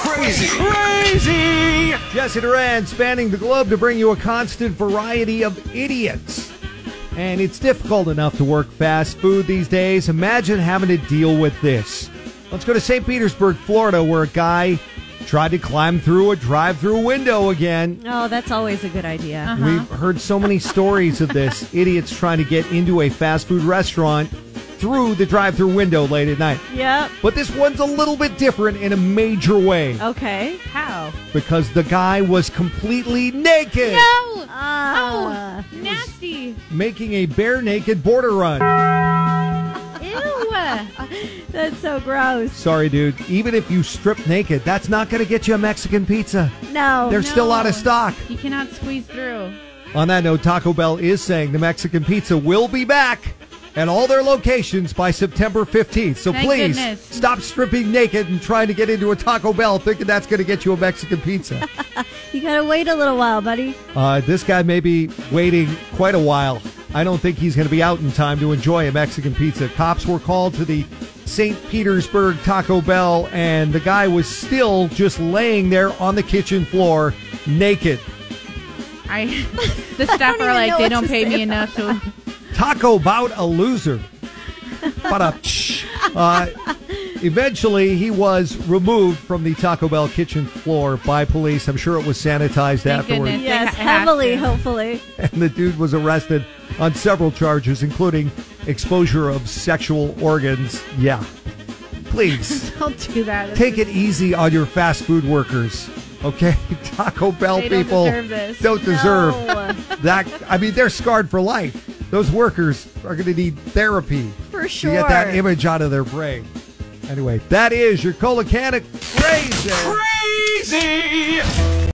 crazy. Crazy! Jesse Duran spanning the globe to bring you a constant variety of idiots. And it's difficult enough to work fast food these days. Imagine having to deal with this. Let's go to St. Petersburg, Florida, where a guy tried to climb through a drive through window again. Oh, that's always a good idea. We've heard so many stories of this idiots trying to get into a fast food restaurant through the drive through window late at night. Uh. Yep. But this one's a little bit different in a major Oh. way Okay. How? because the guy was completely naked, No! Ah. oh, nasty. making a bare naked border run. Ew. That's so gross. Sorry, dude. Even if you strip naked, that's not going to get you a Mexican pizza. No. They're still out of Oh, no. stock. you cannot squeeze through. On that note, Taco Bell is saying the Mexican pizza will be back at all their locations by September 15th. So Thank please goodness. stop stripping naked and trying to get into a Taco Bell thinking that's going to get you a Mexican pizza. you gotta wait a little while, buddy. uh, this guy may be waiting quite a while. I don't think he's going to be out in time to enjoy a Mexican pizza. Cops were called to the St. Petersburg Taco Bell, and the guy was still just laying there on the kitchen floor naked. I the staff even are know like they what don't to pay say me enough to Taco bout a loser. But uh, eventually he was removed from the Taco Bell kitchen floor by police. I'm sure it was sanitized Thank afterward. goodness. Yes, They ha- have heavily, to. hopefully. And the dude was arrested on several charges, including exposure of sexual organs. Yeah. Please don't do that. This take it is- easy on your fast food workers. Okay, Taco Bell They don't people deserve this. don't deserve No. that. I mean, they're scarred for life. Those workers are going to need therapy For to sure. get that image out of their brain. Anyway, that is your Cola Canic crazy. Crazy!